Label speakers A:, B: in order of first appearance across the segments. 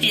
A: 男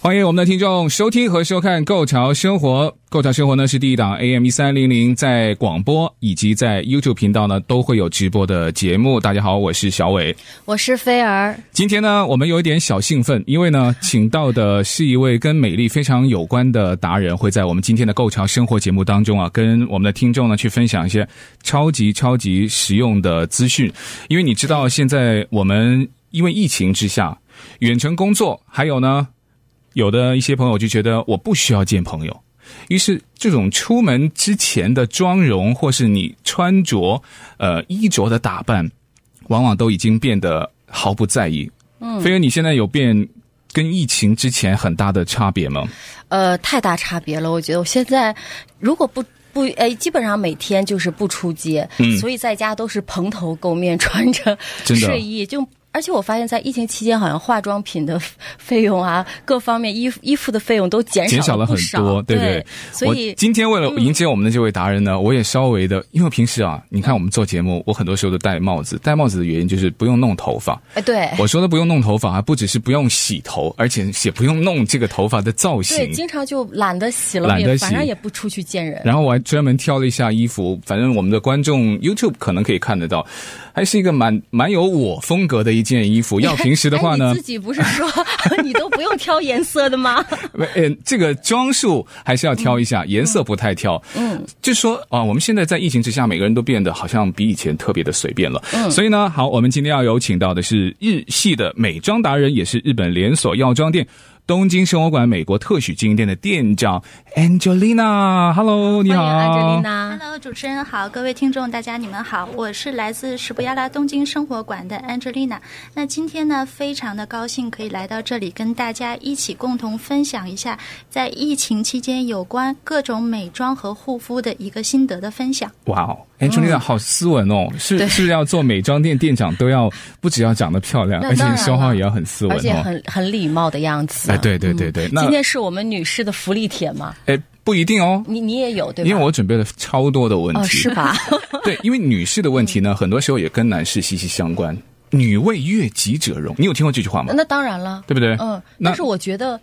B: 欢迎我们的听众收听和收看《购潮生活》。《购潮生活》呢是第一档 AM 一三零零在广播以及在 YouTube 频道呢都会有直播的节目。大家好，我是小伟。
C: 我是菲儿，
B: 今天呢，我们有一点小兴奋，因为呢，请到的是一位跟美丽非常有关的达人，会在我们今天的《购潮生活》节目当中啊，跟我们的听众呢去分享一些超级超级实用的资讯。因为你知道，现在我们因为疫情之下，远程工作，还有呢，有的一些朋友就觉得我不需要见朋友，于是这种出门之前的妆容，或是你穿着、呃衣着的打扮，往往都已经变得毫不在意。嗯，飞哥，你现在有变跟疫情之前很大的差别吗？
C: 呃，太大差别了。我觉得我现在如果不不哎，基本上每天就是不出街，所以在家都是蓬头垢面，穿着
B: 嗯真的
C: 睡衣就。而且我发现，在疫情期间，好像化妆品的费用啊，各方面衣服衣服的费用都减
B: 减
C: 少
B: 少了
C: 不
B: 很
C: 哎少
B: 多，
C: 对
B: 不对？
C: 所以嗯
B: 我今天为了迎接我们的这位达人呢，我也稍微的，因为平时啊，你看我们做节目，我很多时候都戴帽子，戴帽子的原因就是不用弄头发。
C: 哎，对
B: 我说的不用弄头发，还不只是不用洗头，而且也不用弄这个头发的造
C: 对，
B: 型。
C: 经常就懒得洗了，
B: 懒得
C: 也
B: 洗
C: 反正也不出去见人。
B: 然后我还专门挑了一下衣服，反正我们的观众 YouTube 可能可以看得到，还是一个蛮蛮有我风格的一件衣 服。要平时的话
C: 哎
B: 呢
C: 你自，己不是说 你都不用挑颜色的吗？
B: 呃，呃这个装束还是要挑一下，
C: 嗯
B: 颜色不太挑。嗯，就说啊、我们现在在疫情之下，每个人都变得好像比以前特别的随便了。嗯，所以呢，好，我们今天要有请到的是日系的美妆达人，也是日本连锁药妆店。东京生活馆美国特许经营店的店长 Angelina，Hello，你好
C: 欢迎安吉丽娜。
D: Hello，主持人好，各位听众大家你们好，我是来自史布亚拉东京生活馆的 Angelina。那今天呢，非常的高兴可以来到这里，跟大家一起共同分享一下在疫情期间有关各种美妆和护肤的一个心得的分享。
B: 哇哦，Angelina
C: 嗯
B: 好斯文哦，是是不是要做美妆店店长都要不只要长得漂亮，
C: 那
B: 而且
C: 当然
B: 说话
C: 了
B: 也要很斯文
C: 而且
B: 哦。
C: 很很礼貌的样子。
B: 哎，对对对对，
C: 今
B: 那
C: 天是我们女士的福利帖嘛？
B: 哎不一定哦，
C: 你你也有对吧？
B: 因为我准备了超多的问
C: 哦
B: 题
C: 是，吧？ 嗯
B: 对，因为女士的问题呢，很多时候也跟男士息息相关。女为悦己者容，你有听过这句话吗？
C: 那当然了，
B: 对不对？
C: 嗯，
B: 那
C: 但是我觉得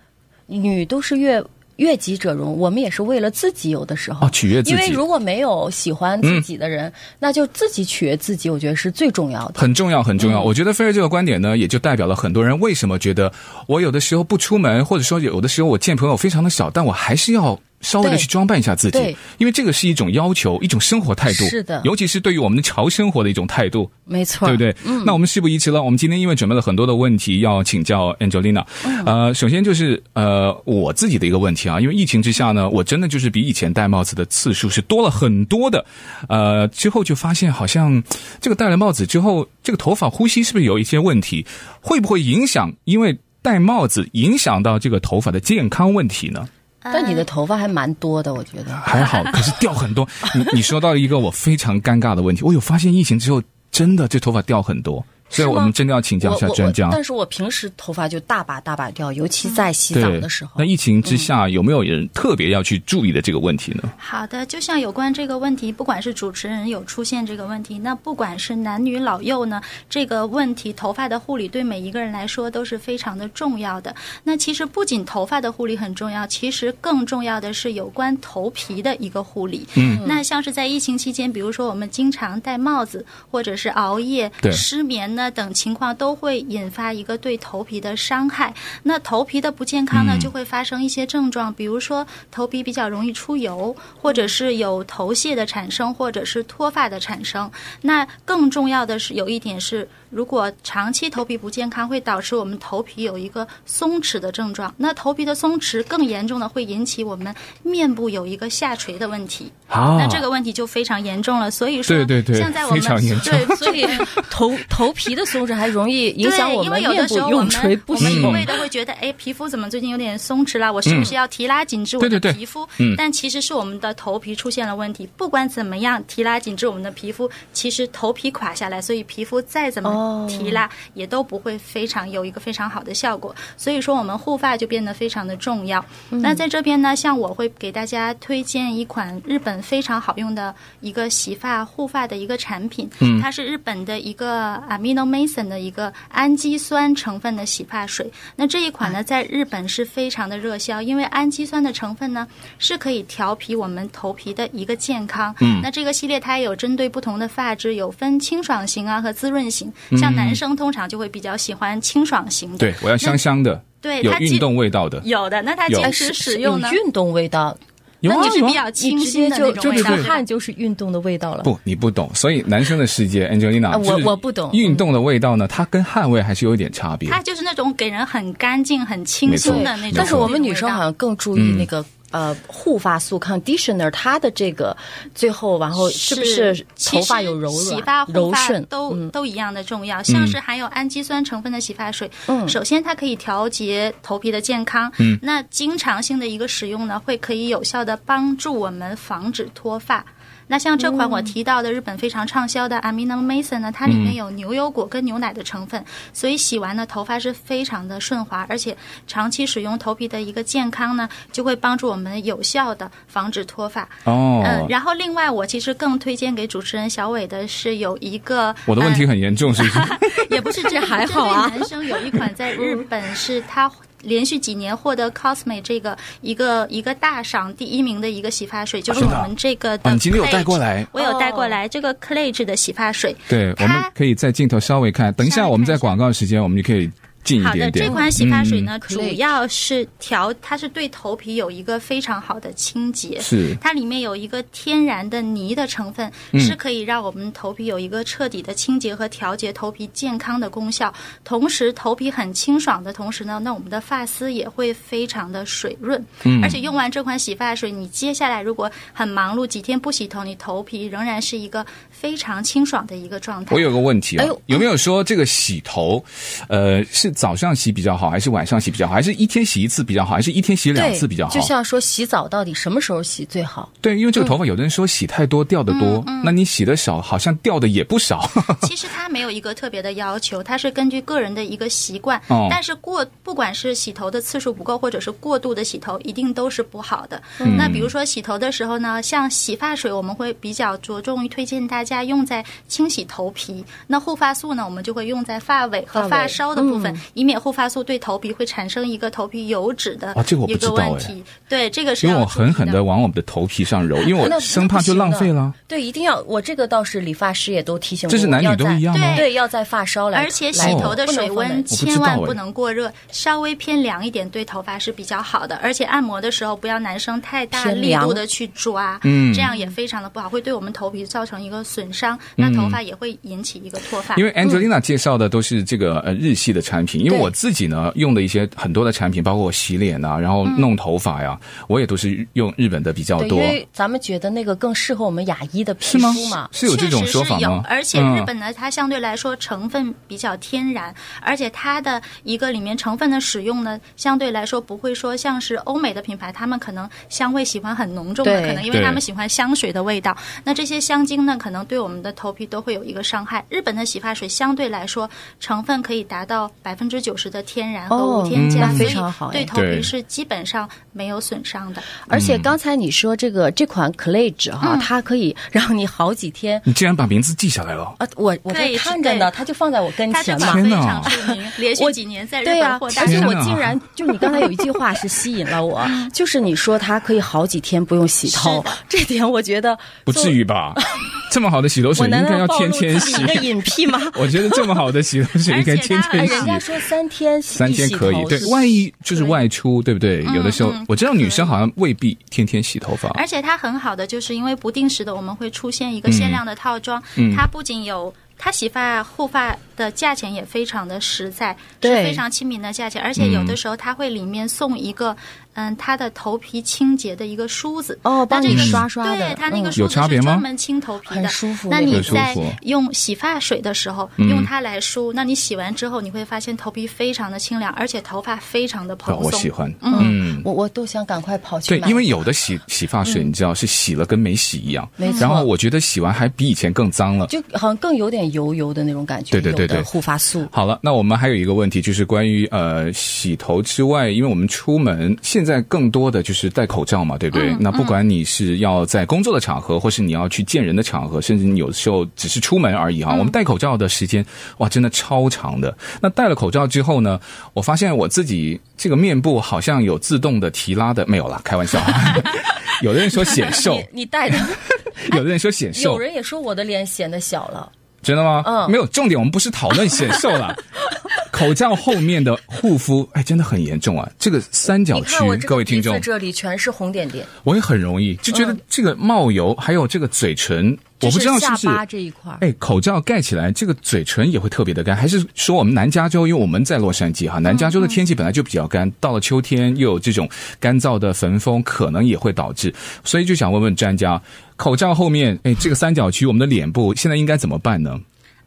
C: 女都是越越己者容，我们也是为了自己，有的时候、
B: 哦取悦自己嗯
C: 因为如果没有喜欢自己的人，那就自己取悦自己，我觉得是最重要的。
B: 很重要，很重
C: 嗯
B: 要。我觉得菲儿这个观点呢，也就代表了很多人为什么觉得我有的时候不出门，或者说有的时候我见朋友非常的少，但我还是要稍微的
C: 对
B: 去装扮一下自己
C: 对，
B: 因为这个是一种要求，一种生活态度，
C: 是的
B: 尤其是对于我们的潮生活的一种态度，
C: 没错，
B: 对
C: 嗯
B: 不对？那我们事不宜迟了，我们今天因为准备了很多的问题要请教 Angelina。呃，
C: 嗯
B: 首先就是呃我自己的一个问题啊，因为疫情之下呢，我真的就是比以前戴帽子的次数是多了很多的。呃，之后就发现好像这个戴了帽子之后，这个头发呼吸是不是有一些问题？会不会影响？因为戴帽子影响到这个头发的健康问题呢？
C: 但你的头发还蛮多的，我觉得。
B: 还好，可是掉很多。 你你说到一个我非常尴尬的问题，我有发现疫情之后，真的这头发掉很多，所以
C: 是吗
B: 我们真的要请教
C: 我
B: 一下
C: 我
B: 专
C: 我
B: 家，。
C: 但是我平时头发就大把大把掉，尤其在洗澡
B: 对
C: 的时候。
B: 那疫情之下、有没有人特别要去注意的这个问题呢？
D: 好的，就像有关这个问题，不管是主持人有出现这个问题，那不管是男女老幼呢，这个问题头发的护理对每一个人来说都是非常的重要的。那其实不仅头发的护理很重要，其实更重要的是有关头皮的一个护理。嗯，那像是在疫情期间，比如说我们经常戴帽子，或者是熬夜
B: 对、
D: 失眠呢等情况，都会引发一个对头皮的伤害。那头皮的不健康
B: 嗯
D: 呢，就会发生一些症状，比如说头皮比较容易出油，或者是有头屑的产生，或者是脱发的产生。那更重要的是，有一点是，如果长期头皮不健康，会导致我们头皮有一个松弛的症状。那头皮的松弛更严重的会引起我们面部有一个下垂的问题。
B: 啊
D: 那这个问题就非常严重了。所以说，
B: 对对对
D: 像在我们
B: 非常严重
D: 对，所以
C: 头头皮皮的松弛还容易影响我
D: 对，因
C: 们
D: 为有的
C: 面部
D: 时候我
C: 用
D: 们
C: 垂不
D: 我们一
C: 行。嗯
D: 味的会觉得，哎，皮肤怎么最近有点松弛啦？我是不是要提拉紧致我
B: 对
D: 的
B: 对对
D: 皮肤？
B: 嗯
D: 但其实是我们的头皮出现了问题。不管怎么样提拉紧致我们的皮肤，其实头皮垮下来，所以皮肤再怎
C: 哦
D: 么提拉、也都不会非常有一个非常好的效果。所以说，我们护发就变得非常的重要。
C: 嗯
D: 那在这边呢，像我会给大家推荐一款日本非常好用的一个洗发护发的一个产品，
B: 嗯
D: 它是日本的一个 amino mason 的一个氨基酸成分的洗发水。那这一
B: 啊
D: 款呢，在日本是非常的热销，因为氨基酸的成分呢是可以调皮我们头皮的一个健康。嗯，那这个系列它也有针对不同的发质，有分清爽型啊和滋润型。像男生通常就会比较喜欢清爽型的，
B: 嗯对，我要香香的，
D: 对
B: 有
D: 它
B: 运
D: 基
B: 动味道的。
D: 有的，那它
B: 有
D: 坚
C: 哎
D: 持
C: 是
D: 使
C: 是
D: 用
C: 有
D: 呢？
C: 运动味道，
B: 有啊
D: 那就是
B: 有啊
D: 比较清
C: 你直接
D: 新的
C: 就
D: 那
C: 就
D: 种味
C: 出
D: 道。
C: 汗就是运动的味道了。
B: 不，你不懂，所以男生的世界，Angelina，
C: 啊我
B: 就是
C: 我不懂
B: 运动的味道呢，它跟汗味还是有一点差别。
D: 它就是那种给人很干净、很清新的那种。
C: 但是我们女生好
D: 像
C: 像更注
B: 嗯
C: 意那个、呃护发素 conditioner，它的这个最后然后是不是头发有柔
D: 洗发、
C: 软、
D: 护
C: 柔
D: 发
C: 顺？
D: 都、
C: 嗯
D: 都一样的重要。像是含有氨基酸成分的洗发水，
C: 嗯
D: 首先它可以调节头皮的健康。嗯，那经常性的一个使用呢，会可以有效的帮助我们防止脱发。那像这
C: 嗯
D: 款我提到的日本非常畅销的 Amino Mason 呢，它里面有牛油果跟牛奶的成分，所以洗完呢头发是非常的顺滑，而且长期使用头皮的一个健康呢，就会帮助我们有效的防止脱发。
B: 哦，
C: 呃
D: 嗯，然后另外我其实更推荐给主持人小伟的是有一个
B: 我的问题很严重， 是不是？
D: 呃 也不是这
C: 还 好啊
D: 男生有一款在日本是他。连续几年获得 Cosme 这个一个一个大赏第一名的一个洗发水，就是
B: 真
D: 我
B: 的啊
D: 们这个的 Clage。
B: 哦你今天有带过来
D: 我有带过
C: 哦
D: 来这个 Clage 的洗发水。
B: 对，我
D: 它
B: 们可以在镜头稍微看，等一下我们在广告时间，我们就可以近一
D: 好的，
B: 嗯点点。
D: 这款洗发水呢，
C: 嗯
D: 主要是调，它是对头皮有一个非常好的清洁。
B: 是
D: 它里面有一个天然的泥的成分，是可以让我们头皮有一个彻底的清洁和调节头皮健康的功效。同时，头皮很清爽的同时呢，那我们的发丝也会非常的水润。而且用完这款洗发水，你接下来如果很忙碌，几天不洗头，你头皮仍然是一个非常清爽的一个状态
B: 我。有个问题啊、
C: 哎呦
B: 有没有说这个洗头，呃，是早上洗比较好，还是晚上洗比较好，还是一天洗一次比较好，还是一天洗两
C: 对，
B: 次比较好？
C: 就像说洗澡到底什么时候洗最好？
B: 对，因为这个头发有的人说洗太多掉的多，那你洗的少，好像掉的也不少。
D: 其实它没有一个特别的要求，它是根据个人的一个习惯。
B: 哦
D: 但是过不管是洗头的次数不够，或者是过度的洗头，一定都是不好的。
B: 嗯
D: 那比如说洗头的时候呢，像洗发水，我们会比较着重于推荐大家用在清洗头皮。那护发素呢，我们就会用在发尾和
C: 发尾
D: 发梢的部
B: 嗯
D: 分，以免护发素对头皮会产生一个头皮油脂的
B: 哦这个我不
D: 一
B: 知
D: 个
B: 道
D: 问
B: 哎
D: 题。对，这个是
B: 因为
D: 要
B: 我
D: 注意
B: 狠狠的往我们的头皮上揉，因为
C: 那
B: 我生怕就浪费了。。
C: 对，一定要，我这个倒是理发师也都提醒我，
B: 这是男女都一样吗
C: 要在对，要在发梢来，
D: 而且
C: 来
D: 洗头的水
B: 不哎
D: 温
B: 能
D: 千万
B: 放在
D: 不能过热，稍微偏凉一点对头发是比较好的。而且按摩的时候不要男生太大
C: 偏
D: 力
C: 凉
D: 度的去抓，
B: 嗯
D: 这样也非常的不好，会对我们头皮造成一个损伤，那头发也会引起一个脱发。
B: 嗯因为 Angelina 介绍的都是这个呃日系的产品，因为
C: 对
B: 我自己呢用的一些很多的产品，包括我洗脸啊，然后弄头发呀，我也都是用日本的比较
C: 对，因
B: 多。
C: 为咱们觉得那个更适合我们雅医的
B: 是
C: 皮
B: 吗
C: 肤嘛？。
B: 是有这种说法
D: 确实是有
B: 吗？，
D: 而且
B: 嗯
D: 日本呢，它相对来说成分比较天然，而且它的一个里面成分的使用呢，相对来说不会说像是欧美的品牌，他们可能香味喜欢很浓重的，
C: 对
D: 可能因为他
B: 对
D: 们喜欢香水的味道。那这些香精呢，可能对我们的头皮都会有一个伤害。日本的洗发水相对来说成分可以达到百分之九十的天然和
C: 哦
D: 无添加，
C: 嗯那
D: 所
C: 非
D: 以
C: 常好哎
D: 对头皮
B: 对
D: 是基本上没有损伤的。
C: 而且
B: 嗯
C: 刚才你说这个这款 Clage 哈，
D: 嗯
C: 它可以让你好几天
B: 你竟然把名字记下来了。
C: 啊，我我在
D: 对是
C: 看着呢，
D: 对
C: 它就放在我跟
D: 它这
C: 前
D: 款
C: 嘛。
B: 天
D: 非
B: 哪
D: 常出名，连续
C: 我
D: 几年在日
C: 对呀、
D: 本获大
C: 而且
D: 奖
C: 我
B: 天哪
C: 竟然 就你刚才有一句话是吸引了我，就是你说它可以好几天不用洗头
D: 嗯是的，
C: 这点我觉得
B: 不至。于吧？这么好的洗头
C: 我
B: 水应
C: 难
B: 该
C: 道
B: 要
C: 暴
B: 天
C: 露
B: 天
C: 自己
B: 洗
C: 一。个隐蔽吗？
B: 我觉得这么好的洗头水应该天天
D: 而且
C: 哎人家
B: 洗，
C: 说三天洗
B: 三天可以。对，万
C: 一
B: 一就是外出，对不对？有的时候
D: 嗯
B: 我知道女生好像未必天天洗头发。
D: 而且它很好的就是因为
C: 嗯
D: 不定时的我们会出现一个限量的套装，它不仅有。它洗发护发的价钱也非常的实在，是
C: 对
D: 非常亲民的价钱，而且有的时候它会里面送一个，嗯，它的头皮清洁的一个梳子，
C: 哦，
D: 它
C: 帮
D: 这
C: 你
D: 个
C: 刷刷的，
D: 对，它那个
C: 嗯
D: 梳
B: 有
D: 子
B: 差别
D: 是
B: 吗
D: 专门清头皮
C: 很
D: 的，
C: 舒服嗯
D: 那
C: 的
D: 你
B: 很舒
D: 在
B: 服
D: 用洗发水的时候，用它来梳，那你洗完之后，你会发现头皮非常的清凉，而且头发非常的
C: 哦
D: 蓬松。
B: 哦我喜欢。
C: 嗯，我我都想赶快跑去
B: 对，
C: 买。
B: 因为有的洗洗发水，你知道是洗了跟没洗一样。
C: 嗯没错
B: 然后我觉得洗完还比以前更脏了。
C: 就好像更有点油油的那种感觉，
B: 对对对
C: 有的
B: 对
C: 护发素。
B: 好了，那我们还有一个问题，就是关于呃洗头之外，因为我们出门现在更多的就是戴口罩嘛，对不
C: 嗯
B: 对？那不管你是要在工作的场合，或是你要去见人的场合，甚至你有的时候只是出门而已
C: 嗯
B: 哈、我们戴口罩的时间哇，真的超长的。那戴了口罩之后呢，我发现我自己这个面部好像有自动的提拉的，没有啦，开玩笑。 有的人说显瘦，
C: 你你 戴的，
B: 有的人说显
C: 哎有
B: 瘦，
C: 人也说我的脸显得小了，
B: 真的吗？
C: 嗯
B: 没有，重点我们不是讨论显瘦 了。口罩后面的护肤，哎，真的很严重啊！这个三角
C: 你
B: 区
C: 看我，这
B: 各
C: 个
B: 位听
C: 鼻子
B: 众，
C: 这里全是红点点，
B: 我也很容易就觉得这个冒油，还有这个嘴唇，我不知道是不
C: 就是是下巴这一块儿。
B: 哎，口罩盖起来，这个嘴唇也会特别的干，还是说我们南加州，因为我们在洛杉矶哈，
C: 嗯
B: 南加州的天气本来就比较干，到了秋天又有这种干燥的焚风，可能也会导致，所以就想问问专家，口罩后面，哎，这个三角区，我们的脸部现在应该怎么办呢？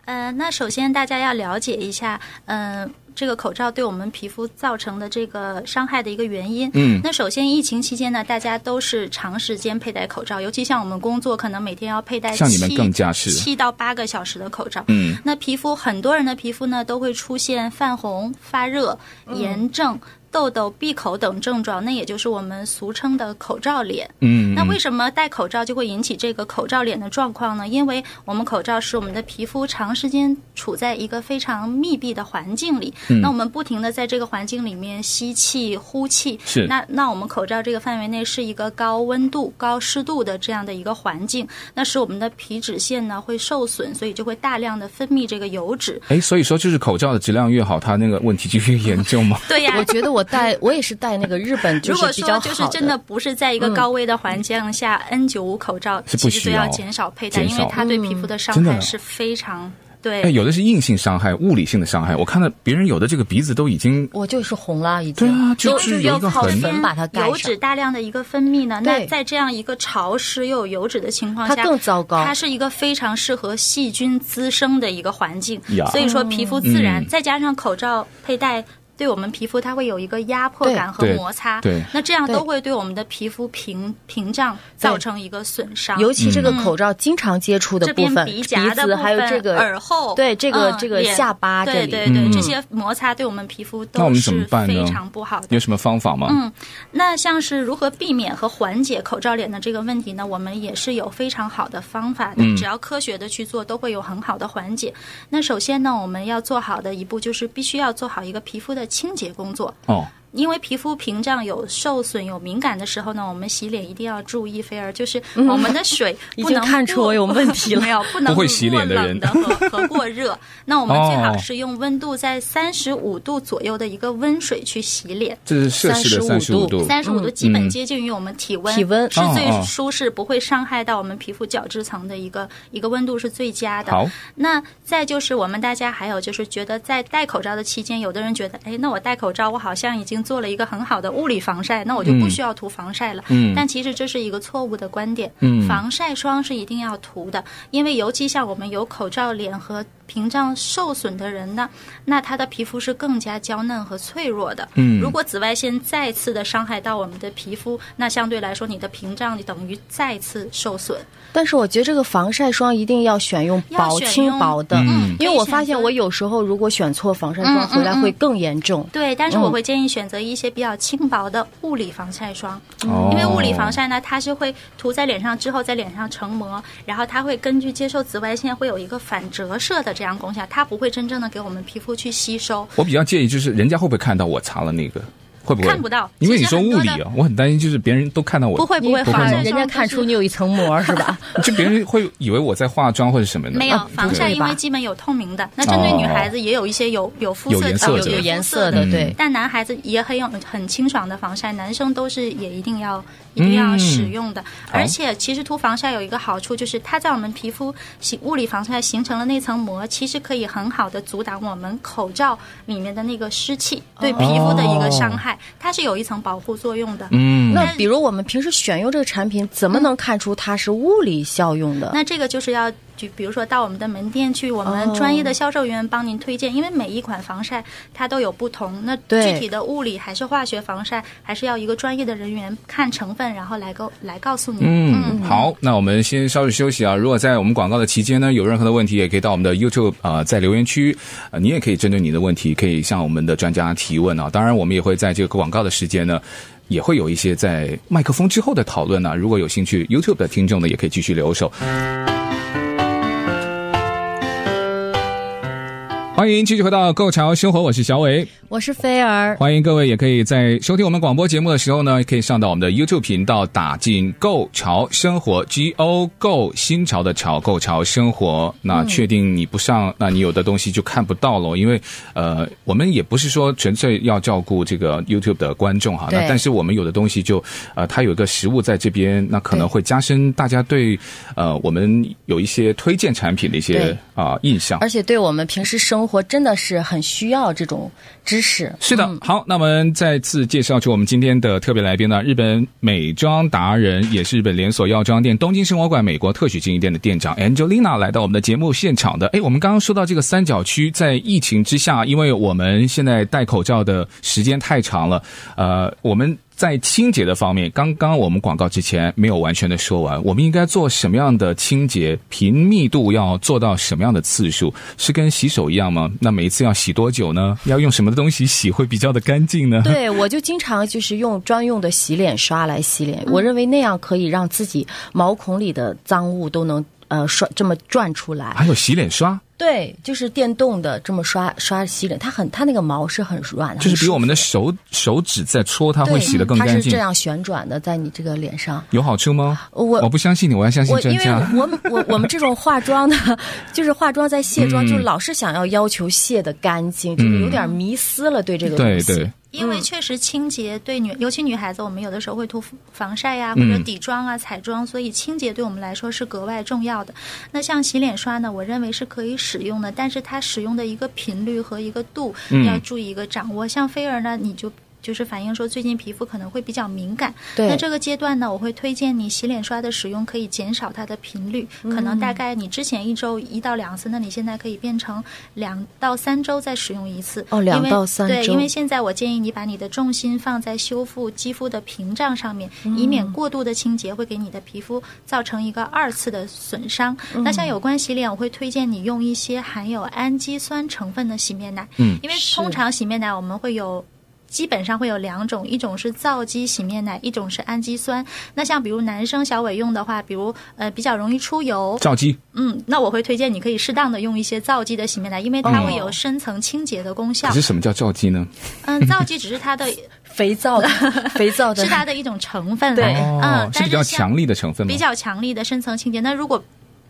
D: 呃，那首先大家要了解一下，嗯、这个口罩对我们皮肤造成的这个伤害的一个原因。嗯，那首先疫情期间呢，大家都是长时间佩戴口罩，尤其像我们工作，可能每天要佩戴
B: 像你们
D: 七
B: 更加是
D: 七到八个小时的口罩。
B: 嗯，
D: 那皮肤很多人的皮肤呢都会出现泛红、发热、炎症。痘痘、闭口等症状，那也就是我们俗称的口罩脸。
B: 嗯，
D: 那为什么戴口罩就会引起这个口罩脸的状况呢？因为我们口罩使我们的皮肤长时间处在一个非常密闭的环境里，
B: 嗯
D: 那我们不停的在这个环境里面吸气、呼气，
B: 是
D: 那那我们口罩这个范围内是一个高温度、高湿度的这样的一个环境，那使我们的皮脂腺呢会受损，所以就会大量的分泌这个油脂。
B: 哎，所以说就是口罩的质量越好，它那个问题就越严重嘛。
D: 对呀、
C: 我觉得我戴，我也是戴那个日本，就
D: 如
C: 是
D: 果
C: 比较好
D: 说就是真的不是在一个高危的环境下，N 9 5口罩
B: 嗯是不
D: 其
B: 需
D: 实都要
B: 要
D: 减少佩戴，
B: 减
D: 因为
B: 少
D: 它对
C: 嗯
D: 皮肤的伤
B: 真的
D: 害是非常
B: 哎，
D: 对。
B: 有的是硬性伤害，物理性的伤害。我看到别人有的这个鼻子都已经
C: 我就是红了，已
B: 对
C: 经。
B: 啊，就
C: 都
B: 是有
C: 要
B: 一个
C: 靠
B: 痕。
C: 粉把它盖上
D: 油脂大量的一个分泌呢，
C: 对
D: 那在这样一个潮湿又有油脂的情况下，
C: 它更糟糕
D: 它是一个非常适合细菌滋生的一个环境
B: 呀，
D: 所以说皮肤自然，
B: 嗯
D: 再加上口罩佩戴。对我们皮肤，它会有一个压迫
C: 对
D: 感和
B: 对
D: 摩擦，
B: 对
D: 那这样
C: 对
D: 都会对我们的皮肤屏屏障造成一个损伤。
C: 尤其这
B: 嗯
C: 个口罩经常接触的
D: 这
C: 部
D: 边
C: 分，
D: 鼻
C: 鼻
D: 夹的
C: 子
D: 部
C: 还有
D: 分
C: 这个
D: 耳后，
C: 对这个
D: 嗯
C: 这个
D: 脸
C: 下巴这
D: 对
C: 里
D: 对对，
B: 嗯
D: 这些摩擦对我们皮肤
B: 那我
D: 都
B: 们
D: 是
B: 怎么办呢
D: 非常不好的
B: 有。什么方法吗？嗯，
D: 那像是如何避免和缓解口罩脸的这个问题呢？我们也是有非常好的方法的，
B: 嗯
D: 只要科学的去做，都会有很好的缓解。那首先呢，我们要做好的一步就是必须要做好一个皮肤的清洁工作。
B: 哦，
D: 因为皮肤屏障有受损、有敏感的时候呢，我们洗脸一定要注意。菲儿，就是我们的水
C: 嗯 已
D: 不
C: 经
D: 能
C: 看出
D: 过
C: 我有 问题了
D: 没有不能
B: 不会洗脸的
D: 过
B: 人
D: 冷的和和过 热。那我们最好
B: 哦
D: 是用温度在三十五度左右的一个温水去洗脸。
B: 这是摄氏的三
C: 35
B: 十五度。
D: 三十五度基
B: 嗯
D: 本接近于我们体温，
C: 体温
D: 是最
B: 哦哦
D: 舒适，不会伤害到我们皮肤角质层的一个一个温度是最佳的。
B: 好，
D: 那再就是我们大家还有就是觉得在戴口罩的期间，有的人觉得，哎，那我戴口罩，我好像已经做了一个很好的物理防晒，那我就不需要涂防晒了。
B: 嗯
D: 但其实这是一个错误的观点。
B: 嗯
D: 防晒霜是一定要涂的，因为尤其像我们有口罩脸和屏障受损的人呢，那他的皮肤是更加娇嫩和脆弱的。
B: 嗯
D: 如果紫外线再次的伤害到我们的皮肤，那相对来说你的屏障就等于再次受损。
C: 但是我觉得这个防晒霜一定要选用
D: 要
C: 薄
D: 选
C: 轻
D: 用
C: 薄的，
B: 嗯
C: 因为我发现我
D: 有。
C: 有时候如果选错防晒霜
D: 嗯
C: 回来
D: 嗯嗯
C: 会更严重。
D: 对，但是
C: 嗯
D: 我会建议选择一些比较轻薄的物理防晒霜，
B: 哦
D: 因为物理防晒呢，它是会涂在脸上之后，在脸上成膜，然后它会根据接受紫外线会有一个反折射的这样功效，它不会真正的给我们皮肤去吸收。
B: 我比较介意，就是人家会不会看到我擦了那个？会不会
D: 看不到
B: 因为你
D: 其实
B: 说
D: 很
B: 物
D: 多
B: 理
D: 的
B: 啊，我很担心，就是别人都看到我，
D: 不会不会
B: 不会
D: 防
B: 吗
D: 晒
C: 嗯人 家
D: 上
C: 看
D: 都
C: 出
D: 是
C: 你有一层膜是 吧？
B: 就别人会以为我在化妆或者什么的。
D: 没有
B: 啊
D: 防
B: 对
D: 晒，
C: 对
D: 因
C: 吧
D: 为基本有透明的。那针对女孩子也有一些有有肤色
B: 哦有颜色
D: 的
B: 的嗯
C: 有颜色
D: 的。
C: 的，对。
D: 但男孩子也很有很清爽的防晒，男生都是也一定要一定要
B: 嗯
D: 使用的。而且其实涂防晒有一个好处，就是它在我们皮肤形物理防晒形成了那层膜，其实可以很好的阻挡我们口罩里面的那个湿气对皮肤的一个伤害，它是有一层保护作用的。
B: 嗯，
C: 那比如我们平时选用这个产品，怎么能看出它是物理效用的？
D: 嗯那这个就是要就比如说到我们的门店去，我们
C: 哦
D: 专业的销售人员帮您推荐，因为每一款防晒它都有不同。那
C: 对
D: 具体的物理还是化学防晒，还是要一个专业的人员看成分，然后来告来告诉你。
B: 嗯，好，那我们先稍事休息啊。如果在我们广告的期间呢，有任何的问题，也可以到我们的 YouTube 啊、在留言区，呃，你也可以针对你的问题，可以向我们的专家提问啊。当然，我们也会在这个广告的时间呢。也会有一些在麦克风之后的讨论呢、如果有兴趣 YouTube 的听众呢，也可以继续留守。欢迎继续回到《购潮生活》，我是小伟。
C: 我是菲儿，
B: 欢迎各位，也可以在收听我们广播节目的时候呢，可以上到我们的 YouTube 频道，打进“购潮生活 ”G O 购新潮的潮，购潮生活。那确定你不上，那你有的东西就看不到了。因为呃，我们也不是说纯粹要照顾这个 YouTube 的观众哈，那
C: 对
B: 但是我们有的东西就呃，它有一个实物在这边，那可能
C: 对
B: 会加深大家对呃我们有一些推荐产品的一些
C: 对
B: 啊、印象。
C: 而且对我们平时生活真的是很需要这种知识。
B: 是的，好，那我们再次介绍出我们今天的特别来宾呢，日本美妆达人，也是日本连锁药妆店东京生活馆美国特许经营店的店长 Angelina 来到我们的节目现场的。哎，我们刚刚说到这个三角区，在疫情之下，因为我们现在戴口罩的时间太长了，呃，我们。在清洁的方面，刚刚我们广告之前没有完全的说完，我们应该做什么样的清洁？频密度要做到什么样的次数？是跟洗手一样吗？那每一次要洗多久呢？要用什么东西洗会比较的干净 呢？
C: 对，我就经常就是用专用的洗脸刷来洗脸，我认为那样可以让自己毛孔里的脏物都能呃刷这么转出来。
B: 还有洗脸刷，
C: 对，就是电动的这么刷刷洗脸，它很它那个毛是很软，
B: 就是比我们
C: 的
B: 的手手指在搓，它会
C: 对
B: 洗得更
C: 它
B: 干
C: 啊是这
B: 净，
C: 样旋转的，在你这个脸上。
B: 有好处吗？
C: 哦我
B: 不相信你，我要相信
C: 我
B: 专
C: 因为
B: 家。
C: 我们我我们这种化妆的，就是化妆在卸妆，
B: 嗯
C: 就老是想要要求卸的干净，就是有点迷失了嗯对这个东
B: 对
C: 西。
B: 对，
D: 因为确实清洁对女，尤其女孩子，我们有的时候会涂防晒呀、或者底妆啊、彩妆，所以清洁对我们来说是格外重要的。那像洗脸刷呢，我认为是可以使用的，但是它使用的一个频率和一个度
B: 嗯
D: 要注意一个掌握。像菲儿呢，你就。就是反映说最近皮肤可能会比较敏感，
C: 对
D: 那这个阶段呢，我会推荐你洗脸刷的使用可以减少它的频率，
C: 嗯
D: 可能大概你之前一周一到两次，那你现在可以变成两到三周再使用一次。
C: 哦两
D: 因为
C: 到三
D: 对，
C: 周
D: 因为现在我建议你把你的重心放在修复肌肤的屏障上面，
C: 嗯
D: 以免过度的清洁会给你的皮肤造成一个二次的损伤。
C: 嗯
D: 那像有关洗脸，我会推荐你用一些含有氨基酸成分的洗面奶，
B: 嗯
D: 因为通常洗面奶我们会有。基本上会有两种，一种是皂基洗面奶，一种是氨基酸。那像比如男生小伟用的话，比如呃比较容易出油，
B: 照肌
D: 嗯，那我会推荐你可以适当的用一些皂基的洗面奶，因为它
C: 哦
D: 会有深层清洁的功
B: 嗯
D: 效
B: 可。是什么叫照肌呢？
D: 嗯，皂基只是它的
C: 肥皂的肥皂的
D: 是它的一种成分，
C: 对
B: 哦
D: 嗯，，
B: 是
D: 但
B: 比较
D: 像
B: 强力的成分吗
D: 比？较强力的深层清洁。那如果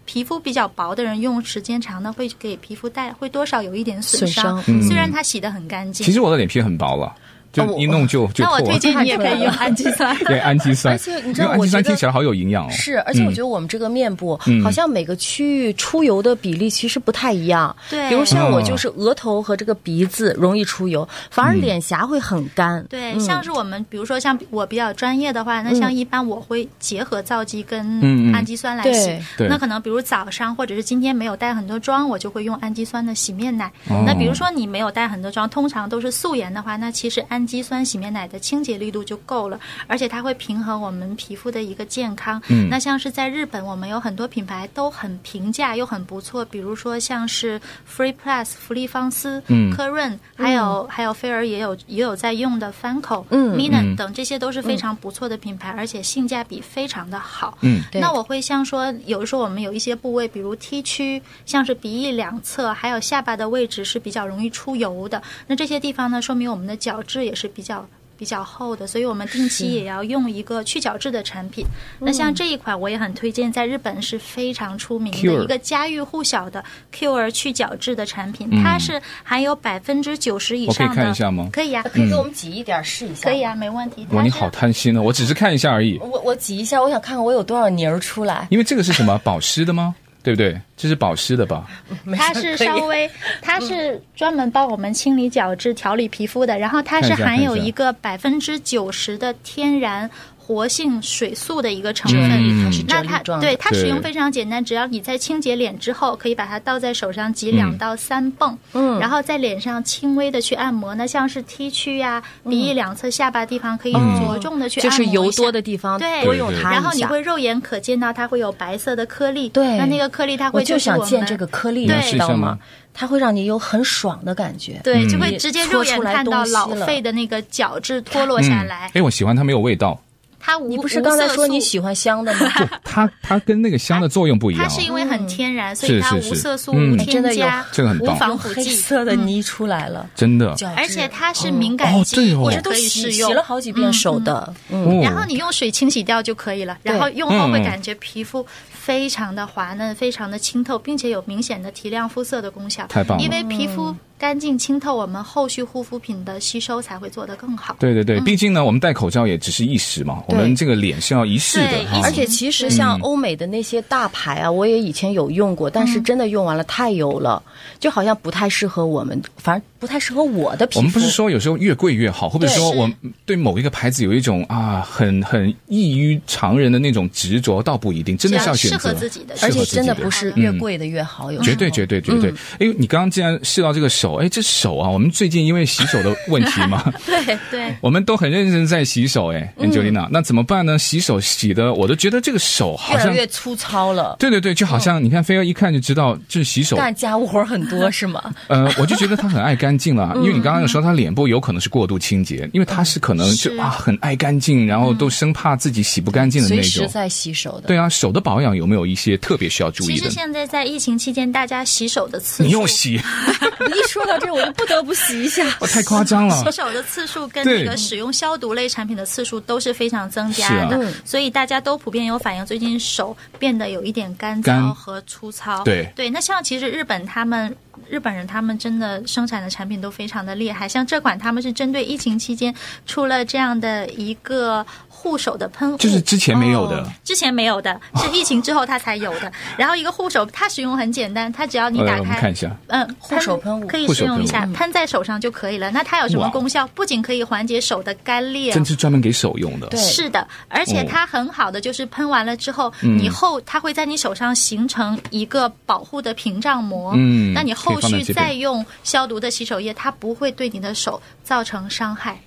D: 皮肤比较薄的人用时间长呢，会给皮肤带会多少有一点损
C: 损
D: 伤。
C: 伤
D: 虽然它洗得很干
B: 嗯
D: 净，
B: 其实我的脸皮很薄了，
C: 哦
B: 就
C: 我
B: 一弄就就
D: 那我
B: 破
D: 推
B: 了。
D: 荐你也可 以用氨基酸。
B: 对氨基酸，
C: 而且你知
B: 因为氨基
C: 道
B: 酸
C: 我觉得
B: 听起来好有营养哦。
C: 是，而且
B: 嗯
C: 我觉得我们这个面部、
B: 嗯
C: 好像每个区域出油的比例其实不太一样。
D: 对
C: 比如像我
B: 哦
C: 就是额头和这个鼻子容易出油，反而脸颊会很干。
D: 对，
C: 嗯
D: 像是我们，比如说像我比较专业的话，那像一般我会结合皂基
B: 嗯
D: 跟
B: 嗯
D: 氨基酸来
C: 对
D: 洗。
B: 对
D: 那可能比如早上或者是今天没有带很多妆，我就会用氨基酸的洗面奶。
B: 哦
D: 那比如说你没有带很多妆，通常都是素颜的话，那其实氨基酸洗面奶的清洁力度就够了，而且它会平衡我们皮肤的一个健康。
B: 嗯
D: 那像是在日本，我们有很多品牌都很平价又很不错，比如说像是 Free Plus 芙丽芳丝、
B: 嗯
D: 科润，还有还有菲儿也有也有在用的番口、
C: 嗯
D: Mina
B: 嗯
D: 等，这些都是非常不错的品牌，而且性价比非常的好。
B: 嗯
C: 对
D: 那我会像说，有的时候我们有一些部位，比如 T 区，像是鼻翼两侧，还有下巴的位置是比较容易出油的。那这些地方呢，说明我们的角质也是比较比比较厚的，所以我们定期也要用一个去角质的产品。
B: 嗯
D: 那像这一款我也很推荐，在日本是非常出名的
B: Cure
D: 一个家喻户晓的 Cure 去角质的产品，它是含有百分之九十以
B: 嗯我可以
D: 上的。
B: 看一下吗
D: 可以呀、啊
C: 可以给我们挤一点儿试一下。
D: 可以。啊，没问题。
B: 哇，
D: 它
B: 你
D: 是
B: 好贪心啊！我只是看一下而已，
C: 我我挤一下，我想看看我有多少泥儿出来。
B: 因为这个是什么保湿的吗？对不对？这是保湿的吧？
C: 没事
D: 它是
C: 可以嗯
D: 稍 微，它是专门帮我们清理角质、调理皮肤的。然后它是
B: 看一下
D: 含有
B: 看一下
D: 一个百分之九十的天然活性水素的一个成分。
B: 嗯
C: 它是
D: 那
C: 啫
D: 它
C: 喱状的
D: 对它使用
B: 对
D: 非常简单，只要你在清洁脸之后，可以把它倒在手上挤两到三泵，
C: 嗯
D: 然后在脸上轻微的去按摩。那像是 T 区呀、鼻
C: 嗯
D: 翼两侧、下巴地方，可以着重的去
C: 就
D: 按摩
C: 是
D: 一下
C: 油多的地方
D: 对，
C: 多用
B: 对
C: 它一下。
D: 然后你会肉眼可见到它会有白色的颗粒，
C: 对
D: 那那个颗粒它
C: 我
D: 会
C: 就是
D: 我
C: 想
D: 们
C: 见这个颗粒，
D: 对
C: 你知道
B: 是吗
C: 吗？它会让你有很爽的感觉。
D: 对，就
B: 嗯
D: 会直接肉眼看到老废的那个角质脱落下来，
B: 哎，我喜欢它没有味道，
D: 它无
C: 你不是刚才说你
D: 喜
C: 喜欢香的吗？
B: 不，它它跟那个香的作用不一样
D: 它
B: 啊
D: 是。因为很天然，所
B: 是
D: 以它
B: 是
D: 无
B: 是
D: 色素、
B: 嗯
D: 无
B: 哎
D: 添
C: 真的有
D: 加、
B: 这个很
D: 无
B: 棒
D: 防腐
C: 黑
D: 剂。
C: 色嗯的泥出来了，
B: 真的，
C: 角质
D: 而且它是
C: 嗯
D: 敏
B: 哦
D: 感
B: 对
D: 肌，
B: 哦
D: 我
B: 我
D: 是
C: 都
D: 可以
C: 洗
D: 试
C: 洗
D: 用
C: 了。好几遍手的，嗯，
B: 哦
D: 然后你用水清洗掉就可以了，然后用后
B: 嗯
D: 会感觉皮肤非常的滑嫩，非常的清透，并且有明显的提亮肤色的功效。
B: 太棒了
D: 因为皮
C: 嗯
D: 肤干净清透，我们后续护肤品的吸收才会做得更好。
B: 对对对，毕竟呢，我们戴口罩也只是一时嘛，我
C: 对
B: 们这个脸是要一世的
D: 对
B: 哈
D: 一。
C: 而且其实
B: 嗯
C: 像欧美的那些大牌啊，我也以前有用过，但是
D: 嗯
C: 真的用完了太油了，就好像不太适合我们，反正不太适合我的皮肤。
B: 我们不是说有时候越贵越好，会不会说我对某一个牌子有一种啊很很异于常人的那种执着？倒不一定，真的是要选择
D: 只要适合自己的
B: 适
C: 而
B: 合
C: 且
B: 自己嗯
C: 真的不是越贵的越好，有时
B: 绝
C: 候
B: 对绝对绝对。哎呦，你刚刚既然试到这个手，哎，这手啊，我们最近因为洗手的问题嘛，
C: 对。
D: 对，
B: 我们都很认真在洗手，哎，Angelina，那怎么办呢？洗手洗的，我都觉得这个手好
C: 越来
B: 像，
C: 越粗糙了，
B: 对对对，就好像你看菲儿一看就知道这是洗手，
C: 干家务活儿很 多是吗？
B: 呃，我就觉得他很爱干净了，因为你刚刚有说他脸部有可能是过度清洁，因为他是可能就是啊很爱干净，然后都生怕自己洗不干净的那
C: 随时
B: 种。
C: 在洗手的。
B: 对啊，手的保养有没有一些特别需要注
D: 其
B: 意
D: 实
B: 的？
D: 现在在疫情期间，大家洗手的次
B: 你又
D: 数。
B: 洗，哦
C: 一说到这，我就不得不洗一 下。
B: 我太夸张了
D: 洗。手的次数跟
B: 对
D: 那个使用消毒类产品的次数都是非常增
B: 是
D: 加
B: 啊
D: 的，
C: 嗯
D: 所以大家都普遍有反映，最近手变得有一点干燥
B: 干
D: 和粗糙。
B: 对
D: 那像其实日本他们日本人他们真的生产的产品都非常的厉害，像这款他们是针对疫情期间出了这样的一个护手的喷雾，
B: 就是之前没有的
D: 哦之前没有的，是疫情之后它才有的。然后一个护手，它使用很简单，它只要你
B: 来，哦
D: 打
B: 呃我们
D: 开
B: 看一下，
D: 嗯，
C: 护手喷雾
D: 可以
B: 护
D: 试
B: 手
D: 用
B: 喷
D: 一
B: 雾
D: 下，喷在手上就可以了。那它有什
B: 哇
D: 么功效？不仅可以缓解手的干裂啊
B: 真，是专门给手用的。
C: 对
D: 是的，而且
B: 哦
D: 它很好的就是喷完了之后，
B: 嗯
D: 你后它会在你手上形成一个保护的屏障膜。
B: 嗯
D: 那你
B: 可
D: 后
B: 以放在
D: 续
B: 这边
D: 再用消毒的洗手液，它不会对你的手造成伤害。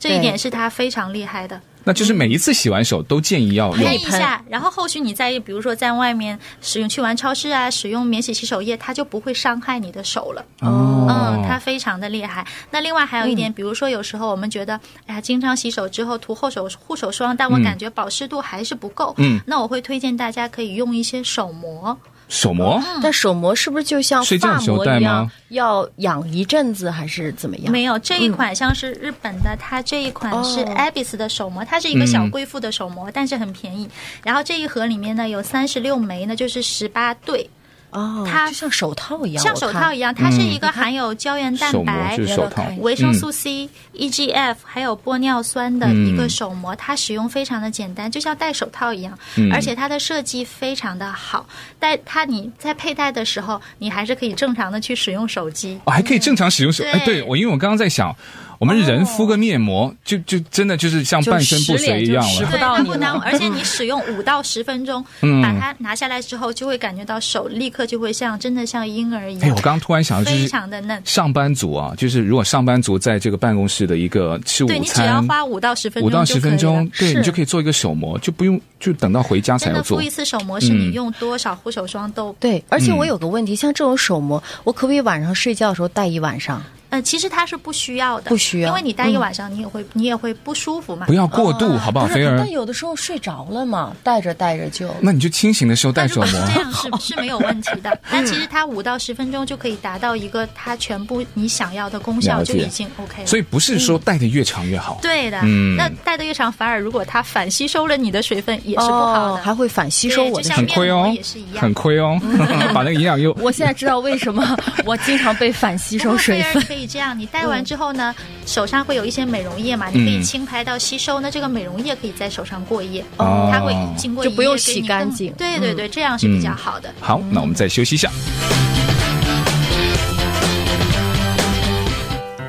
D: 这
C: 对
D: 一点是它非常厉害的。
B: 那就是每一次洗完手都建议要用
D: 喷一下，然后后续你再比如说在外面使用去完超市啊，使用免洗洗手液，它就不会伤害你的手了。嗯，它
B: 哦。嗯
D: 非常的厉害。那另外还有一点，比如说有时候我们觉得，哎呀，经常洗手之后涂后手护手霜，但我感觉保湿度还是不够。
B: 嗯，
D: 那我会推荐大家可以用一些手膜。
B: 手膜
D: 嗯
C: 但手膜是不是就像
B: 睡觉
C: 发
B: 的时候
C: 膜
B: 戴
C: 一样
B: 吗，
C: 要养一阵子还是怎么样？
D: 没有
B: 嗯
D: 这一款像是日本的，它这一款是
C: 哦
D: Abis 的手膜，它是一个
B: 嗯
D: 小贵妇的手膜，但是很便宜。然后这一盒里面呢有三十六枚呢，就是十八对，
C: 哦，
D: 它
C: 就像手套一样，
D: 像
C: 我
D: 手
C: 看嗯
D: 套一样，它是一个含有胶原蛋
B: 手膜
D: 白
B: 就是手套
C: 原来，
D: 维生素 C、EGF 还有玻尿酸的一
B: 嗯
D: 个手膜，它使用非常的简单，就像戴手套一样，
B: 嗯
D: 而且它的设计非常的好。戴它你在佩戴的时候，你还是可以正常的去使用手机。
B: 哦，还可以正常使用手。
D: 对
B: 哎，对我，因为我刚刚在想，我们人敷个面膜，就就真的就是像
C: 就
B: 半身不
C: 使脸
B: 遂一
C: 就
B: 样
C: 使
B: 了
C: 不。
D: 对，
C: 到
D: 它
C: 你
D: 不 耽误
C: 了，
D: 而且你使用五到十分钟，
B: 嗯
D: 把它拿下来之后，就会感觉到手立刻就会像真的像婴儿一
B: 哎，
D: 样
B: 我，刚刚突然想到，就
D: 非
B: 是
D: 常的嫩。
B: 上班族啊，就是如果上班族在这个办公室的一个吃
D: 对
B: 午
D: 你只要
B: 餐，
D: 花五到十分
B: 五
D: 钟
B: 到
D: 就可以了，
B: 十分钟，对
D: 是
B: 你就可以做一个手膜，就不用就等到回家才
D: 真
B: 要
D: 的
B: 做
D: 敷一。次手膜是你
B: 嗯
D: 用多少护手霜都，
B: 啊
C: 对，而且我有个问题，像这种手膜，我可不可以晚上睡觉的时候戴一晚上？
D: 呃，其实它是不需要的，
C: 不需要
D: 因为你戴一晚上，你也会、你也会不舒服嘛
B: 嗯不。要过度，好不
D: 哦
B: 好，
C: 不是
B: 菲儿
C: 但？有的时候睡着了嘛，戴着戴着就
B: 那你就清醒的时候戴
D: 但如
B: 手
D: 果是
B: 膜
D: 这。样是是没有问题的。但其实它五到十分钟就可以达到一个它全部你想要的功效，
B: 了
D: 就
B: 解
D: 已经 OK 了。
B: 所以不是
D: 嗯
B: 说戴的越长越好。
D: 对的，
B: 嗯
D: 那戴的越长，反而如果它反吸收了你的水分，也是不好
C: 哦
D: 的。
C: 还会反吸收我
D: 对
C: 的
D: 就像
B: 很
C: 水。
B: 亏
D: 面
B: 哦
D: 膜也是一，样
B: 很亏哦， 把那个营养又
C: 我现在知道为什么 我经常被反吸
D: 不
C: 收
D: 过
C: 水
D: 菲
C: 分
D: 儿。可以这样，你戴完之后呢，手上会有一些美容液嘛，你可以
B: 嗯
D: 轻拍到吸收，那这个美容液可以在手上过夜，
B: 哦
D: 它会经过
C: 就
D: 一
C: 不
D: 夜
C: 用
D: 给
C: 洗
D: 你
C: 干
D: 更
C: 净
D: 对对对，这样是比较好的。
B: 好，那我们再休息一下。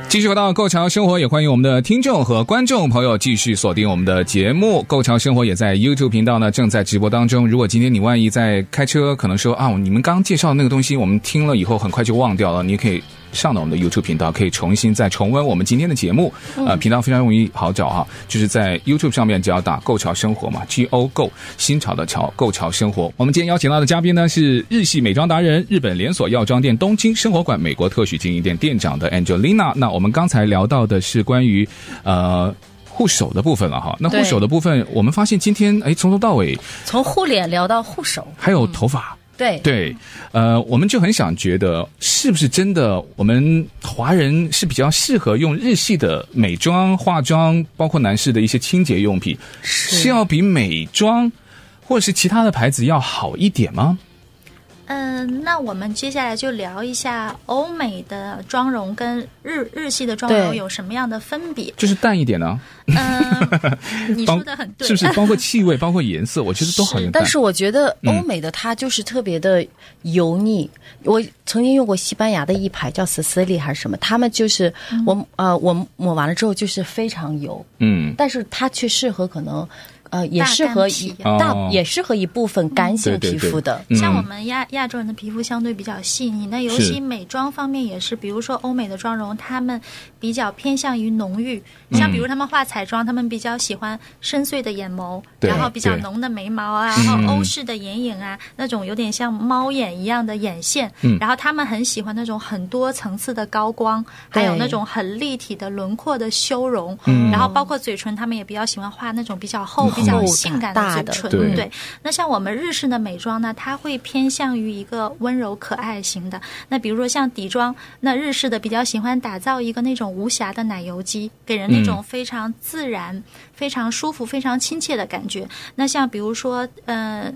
B: 继续回到《购潮生活》，也欢迎我们的听众和观众朋友继续锁定我们的节目。《购潮生活》也在 YouTube 频道呢正在直播当中。如果今天你万一在开车，可能说啊，你们刚介绍的那个东西，我们听了以后很快就忘掉了，你也可以。上到我们的 YouTube 频道，可以重新再重温我们今天的节目。
D: 嗯
B: 呃，频道非常容易好找啊，就是在 YouTube 上面只要打“购潮生活”嘛，G O 购新潮的潮，购潮生活。我们今天邀请到的嘉宾呢是日系美妆达人、日本连锁药妆店东京生活馆美国特许经营店店长的 Angelina。那我们刚才聊到的是关于呃。护手的部分了哈，那护
C: 对
B: 手的部分，我们发现今天哎，从头到尾
C: 从护脸聊到护手，
B: 还有头发，
C: 对
B: 对，呃，我们就很想觉得，是不是真的我们华人是比较适合用日系的美妆、化妆，包括男士的一些清洁用品，
C: 是
B: 是要比美妆或者是其他的牌子要好一点吗？
D: 嗯、那我们接下来就聊一下欧美的妆容跟日日系的妆容
C: 对
D: 有什么样的分 别。
B: 就是淡一点呢、
D: 嗯、你说的很对，
B: 是不是？包括气味，包括颜色，我觉得都好像淡
C: 但是我觉得
B: 嗯
C: 欧美的它就是特别的油腻。我曾经用过西班牙的一牌叫 Cecily 还是什么，他们就是我呃我抹完了之后就是非常油，
B: 嗯，
C: 但是它却适合可能呃也
D: 大
C: 适
D: 干
C: 合
D: 皮
C: 一
B: 哦
C: 大也适合一部分干性
B: 对对
C: 皮
B: 对
C: 肤的。
B: 嗯
D: 像我们亚亚洲人的皮肤相对比较细腻，那尤
B: 是
D: 其美妆方面也是，比如说欧美的妆容，他们比较偏向于浓郁，
B: 嗯
D: 像比如他们画彩妆，他们比较喜欢深邃的眼眸，
B: 对
D: 然后比较
B: 对
D: 浓的眉毛啊，
B: 嗯
D: 然后欧式的眼影啊，那种有点像猫眼一样的眼线，
B: 嗯
D: 然后他们很喜欢那种很多层次的高光，还有
C: 对
D: 那种很立体的轮廓的修容，
B: 嗯
D: 然后包括嘴唇，他们也比较喜欢画那种比较厚、
B: 嗯
D: 比较
C: 厚
D: 性感
C: 大
D: 的
C: 的
D: 嘴唇，
B: 对
D: 对。那像我们日式的美妆呢，它会偏向于一个温柔可爱型的。那比如说像底妆，那日式的比较喜欢打造一个那种无瑕的奶油肌，给人那种非常自然、非常舒服、非常亲切的感觉。那像比如说，呃。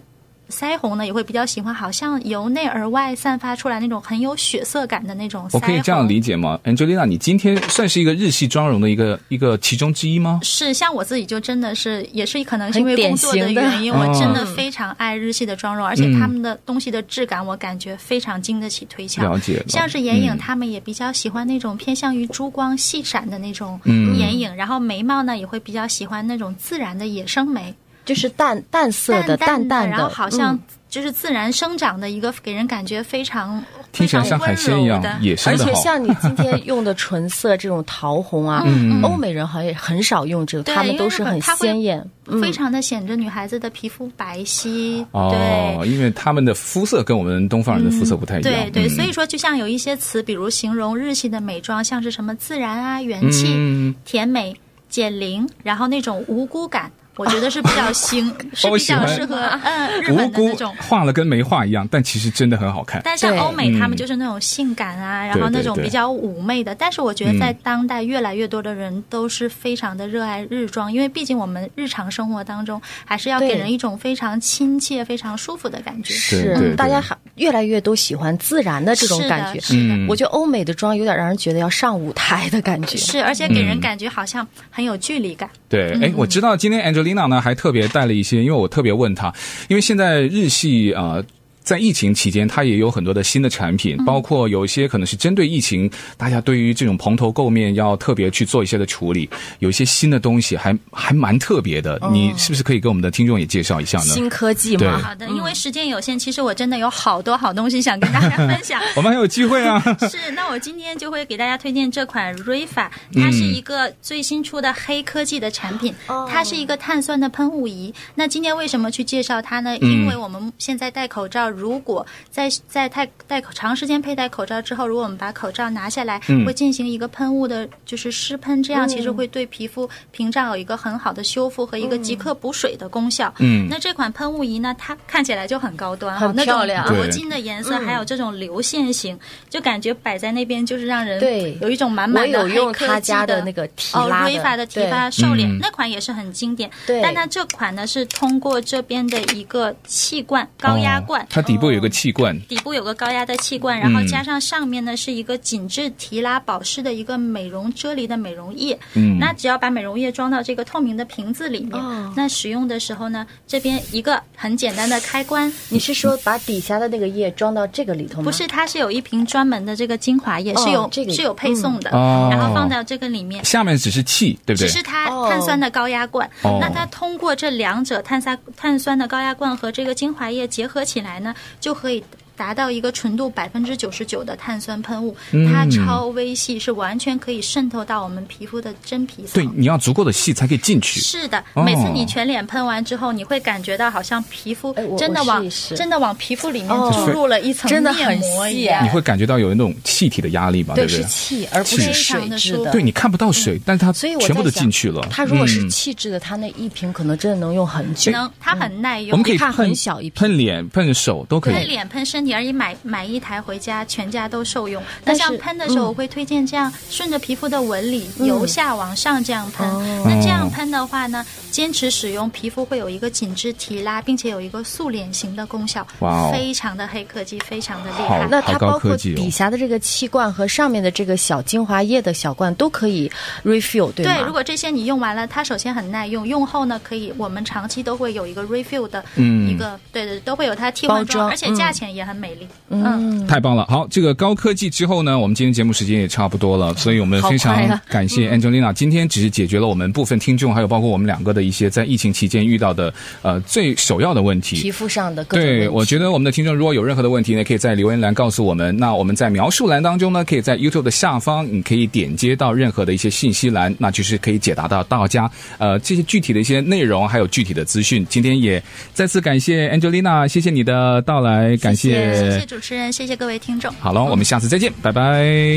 D: 腮红呢也会比较喜欢，好像由内而外散发出来那种很有血色感的那种腮
B: 我
D: 红。
B: 可以这样理解吗？Angelina，你今天算是一个日系妆容的一个一个其中之一吗？
D: 是，像我自己就真的是，也是可能是
C: 很
D: 因为
C: 典
D: 工作的
C: 型的
D: 原因，我
B: 嗯
D: 真的非常爱日系的妆容，而且他们的东西的质感，我感觉非常经得起推敲。
B: 了解了
D: 像是眼影，
B: 嗯
D: 他们也比较喜欢那种偏向于珠光细闪的那种
B: 嗯
D: 眼影，然后眉毛呢也会比较喜欢那种自然的野生眉，
C: 就是淡淡色的、
D: 淡
C: 淡
D: 的，
C: 的，
D: 然后好像
C: 嗯
D: 就是自然生长的一个，给人感觉非常
B: 听
D: 非
B: 起来
D: 常
B: 像海
D: 温
B: 鲜一
D: 柔
B: 样
D: 的，
B: 野生
C: 而
B: 的
C: 且
B: 好。
C: 像你今天用的唇色这种桃红啊，欧美人好像也很少用这个，
D: 嗯对
C: 他们
D: 因
C: 都
D: 为
C: 是
D: 日本
C: 很
D: 它会
C: 鲜艳，嗯
D: 非常的显着女孩子的皮肤白皙。对
B: 哦，，因为他们的肤色跟我们东方人的肤色不太一样。
D: 对对，
B: 嗯
D: 所以说就像有一些词，比如形容日系的美妆，像是什么自然啊、元气、
B: 嗯
D: 甜美、减龄，然后那种无辜感。我觉得是比 较行，是
B: 我
D: 比
B: 喜
D: 较
B: 欢
D: 适合嗯日
B: 无
D: 本的那
B: 辜
D: 种。
B: 画了跟没画一样，但其实真的很好看。
D: 但像
C: 对
D: 欧美，他
B: 嗯
D: 们就是那种性感啊，然
B: 对
D: 后那
B: 对
D: 种
B: 对
D: 比较妩媚的。但是我觉得在
B: 嗯
D: 当代，越来越多的人都是非常的热爱日妆，因为毕竟我们日常生活当中还是要给
C: 对
D: 人一种非常亲切、非常舒服的感觉。
B: 对对对
C: 是，大家还越来越都喜欢自然的这种
D: 是的
C: 感觉。
D: 是的
B: 嗯
C: 我觉得欧美的妆有点让人觉得要上舞台的感觉，
D: 是，而且给人
B: 嗯
D: 感觉好像很有距离感。
B: 对，哎，我知道今天 Angelina 呢还特别带了一些，因为我特别问她，因为现在日系啊。呃在疫情期间，它也有很多的新的产品，
D: 嗯
B: 包括有一些可能是针对疫情，大家对于这种蓬头垢面要特别去做一些的处理，有一些新的东西还还蛮特别的，
D: 哦
B: 你是不是可以给我们的听众也介绍一下呢？
C: 新科技
B: 对
C: 嘛
D: 好。的，因为时间有限，其实我真的有好多好东西想跟大家分享。
B: 我们还有机会啊！
D: 是，那我今天就会给大家推荐这款 Rifa，它
B: 嗯
D: 是一个最新出的黑科技的产品，
C: 哦
D: 它
B: 嗯
D: 是一个碳酸的喷雾仪。那今天为什么去介绍它呢？因为我们现在戴口罩，如果在在戴戴口长时间佩戴口罩之后，如果我们把口罩拿下来，
B: 嗯
D: 会进行一个喷雾的，就是湿喷，这样
C: 嗯
D: 其实会对皮肤屏障有一个很好的修复和一个
C: 嗯
D: 即刻补水的功效。
B: 嗯
D: 那这款喷雾仪呢，它看起来就很高端哈，
C: 很漂亮
D: 那种铂
B: 对
D: 金的颜
C: 嗯
D: 色，还有这种流线型，就感觉摆在那边就是让人
C: 对
D: 有一种满
C: 我
D: 满的
C: 有
D: 黑
C: 用
D: 科
C: 他
D: 技
C: 家
D: 的
C: 的那个提
D: 哦
C: 拉的
D: ，Riva 的提
C: 对
D: 拉瘦脸、
B: 嗯
D: 那款也是很经典，
C: 对
D: 但它这款呢是通过这边的一个气罐高压罐。
B: 哦它底部有个气罐，
D: 底部有个高压的气罐，然后
B: 嗯
D: 加上上面呢是一个紧致提拉保湿的一个美容啫喱的美容液。
B: 嗯
D: 那只要把美容液装到这个透明的瓶子里面，
C: 哦
D: 那使用的时候呢，这边一个很简单的开关，
C: 你是说把底下的那个液装到这个里头吗？
D: 不是，它是有一瓶专门的这个精华液，
C: 哦
D: 是有、
C: 这个
D: 是有配送的，
B: 嗯
D: 然后放
B: 哦
D: 到这个里面。
B: 下面只是气，对不
D: 只
B: 对？
D: 是它
C: 哦
D: 碳酸的高压罐，
B: 哦
D: 那它通过这两者碳酸碳酸的高压罐和这个精华液结合起来呢，就可以达到一个纯度百分之九十九的碳酸喷雾，它
B: 嗯
D: 超微细，是完全可以渗透到我们皮肤的真皮层
B: 对，。你要足够的细才可以进去。
D: 是的，
B: 哦
D: 每次你全脸喷完之后，你会感觉到好像皮肤
C: 哎我
D: 真的
C: 我试
D: 往
C: 一试
D: 真的往皮肤里面
C: 哦
D: 注入了一层
C: 真的
D: 面
C: 很
D: 膜一
C: 细
D: 样
C: 哎
B: 你。会感觉到有那种气体的压力啊吧，对
C: 对，
B: 不
C: 是
B: 对？
C: 气，而不是
D: 非常
C: 水
D: 地
C: 质
D: 舒
C: 的嗯
D: 服
B: 对，。你看不到水，但是它
C: 所以我在
B: 全部都
C: 想
B: 进去了。
C: 它如果是
B: 嗯哎
C: 气质的，它那一瓶可能真的能用很久。
D: 能，它很耐用。
B: 嗯我们可以
C: 你看
B: 喷
C: 很小一瓶
B: 喷脸、喷手都可
D: 喷
B: 以。
D: 脸、喷身体而已，买买一台回家，全家都受用。那
C: 但是
D: 像喷的时候，
C: 嗯
D: 我会推荐这样顺着皮肤的纹理、
B: 嗯
D: 由下往上这样喷
C: 哦。
D: 那这样喷的话呢，坚持使用，皮肤会有一个紧致提拉，并且有一个塑脸型的功效
B: 哇哦，
D: 非常的黑科技，非常的厉
B: 好
D: 害。
C: 那它
B: 好高
C: 包括
B: 科技哦
C: 底下的这个气罐和上面的这个小精华液的小罐都可以 refill，对吗？
D: 对，如果这些你用完了，它首先很耐用，用后呢可以，我们长期都会有一个 refill 的
B: 嗯
D: 一个，对对，都会有它替换
C: 包装
D: 而且价钱也很美丽。
C: 嗯，
B: 太棒了！好，这个高科技之后呢，我们今天节目时间也差不多了，所以我们非
C: 好
B: 常
C: 快啊
B: 感谢 Angelina，、今天只是解决了我们部分听众，还有包括我们两个的一些在疫情期间遇到的呃最首要的问题。
C: 皮肤上的各种
B: 对，我觉
C: 得
B: 得我们的听众如果有任何的问题呢，可以在留言栏告诉我们。那我们在描述栏当中呢，可以在 YouTube 的下方，你可以点接到任何的一些信息栏，那就是可以解答到大家呃这些具体的一些内容，还有具体的资讯。今天也再次感谢 Angelina，谢谢你的到来，感
D: 谢谢主持人，谢谢各位听众。
B: 好了，我们下次再见，拜拜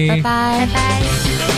C: 拜拜。
D: 拜拜。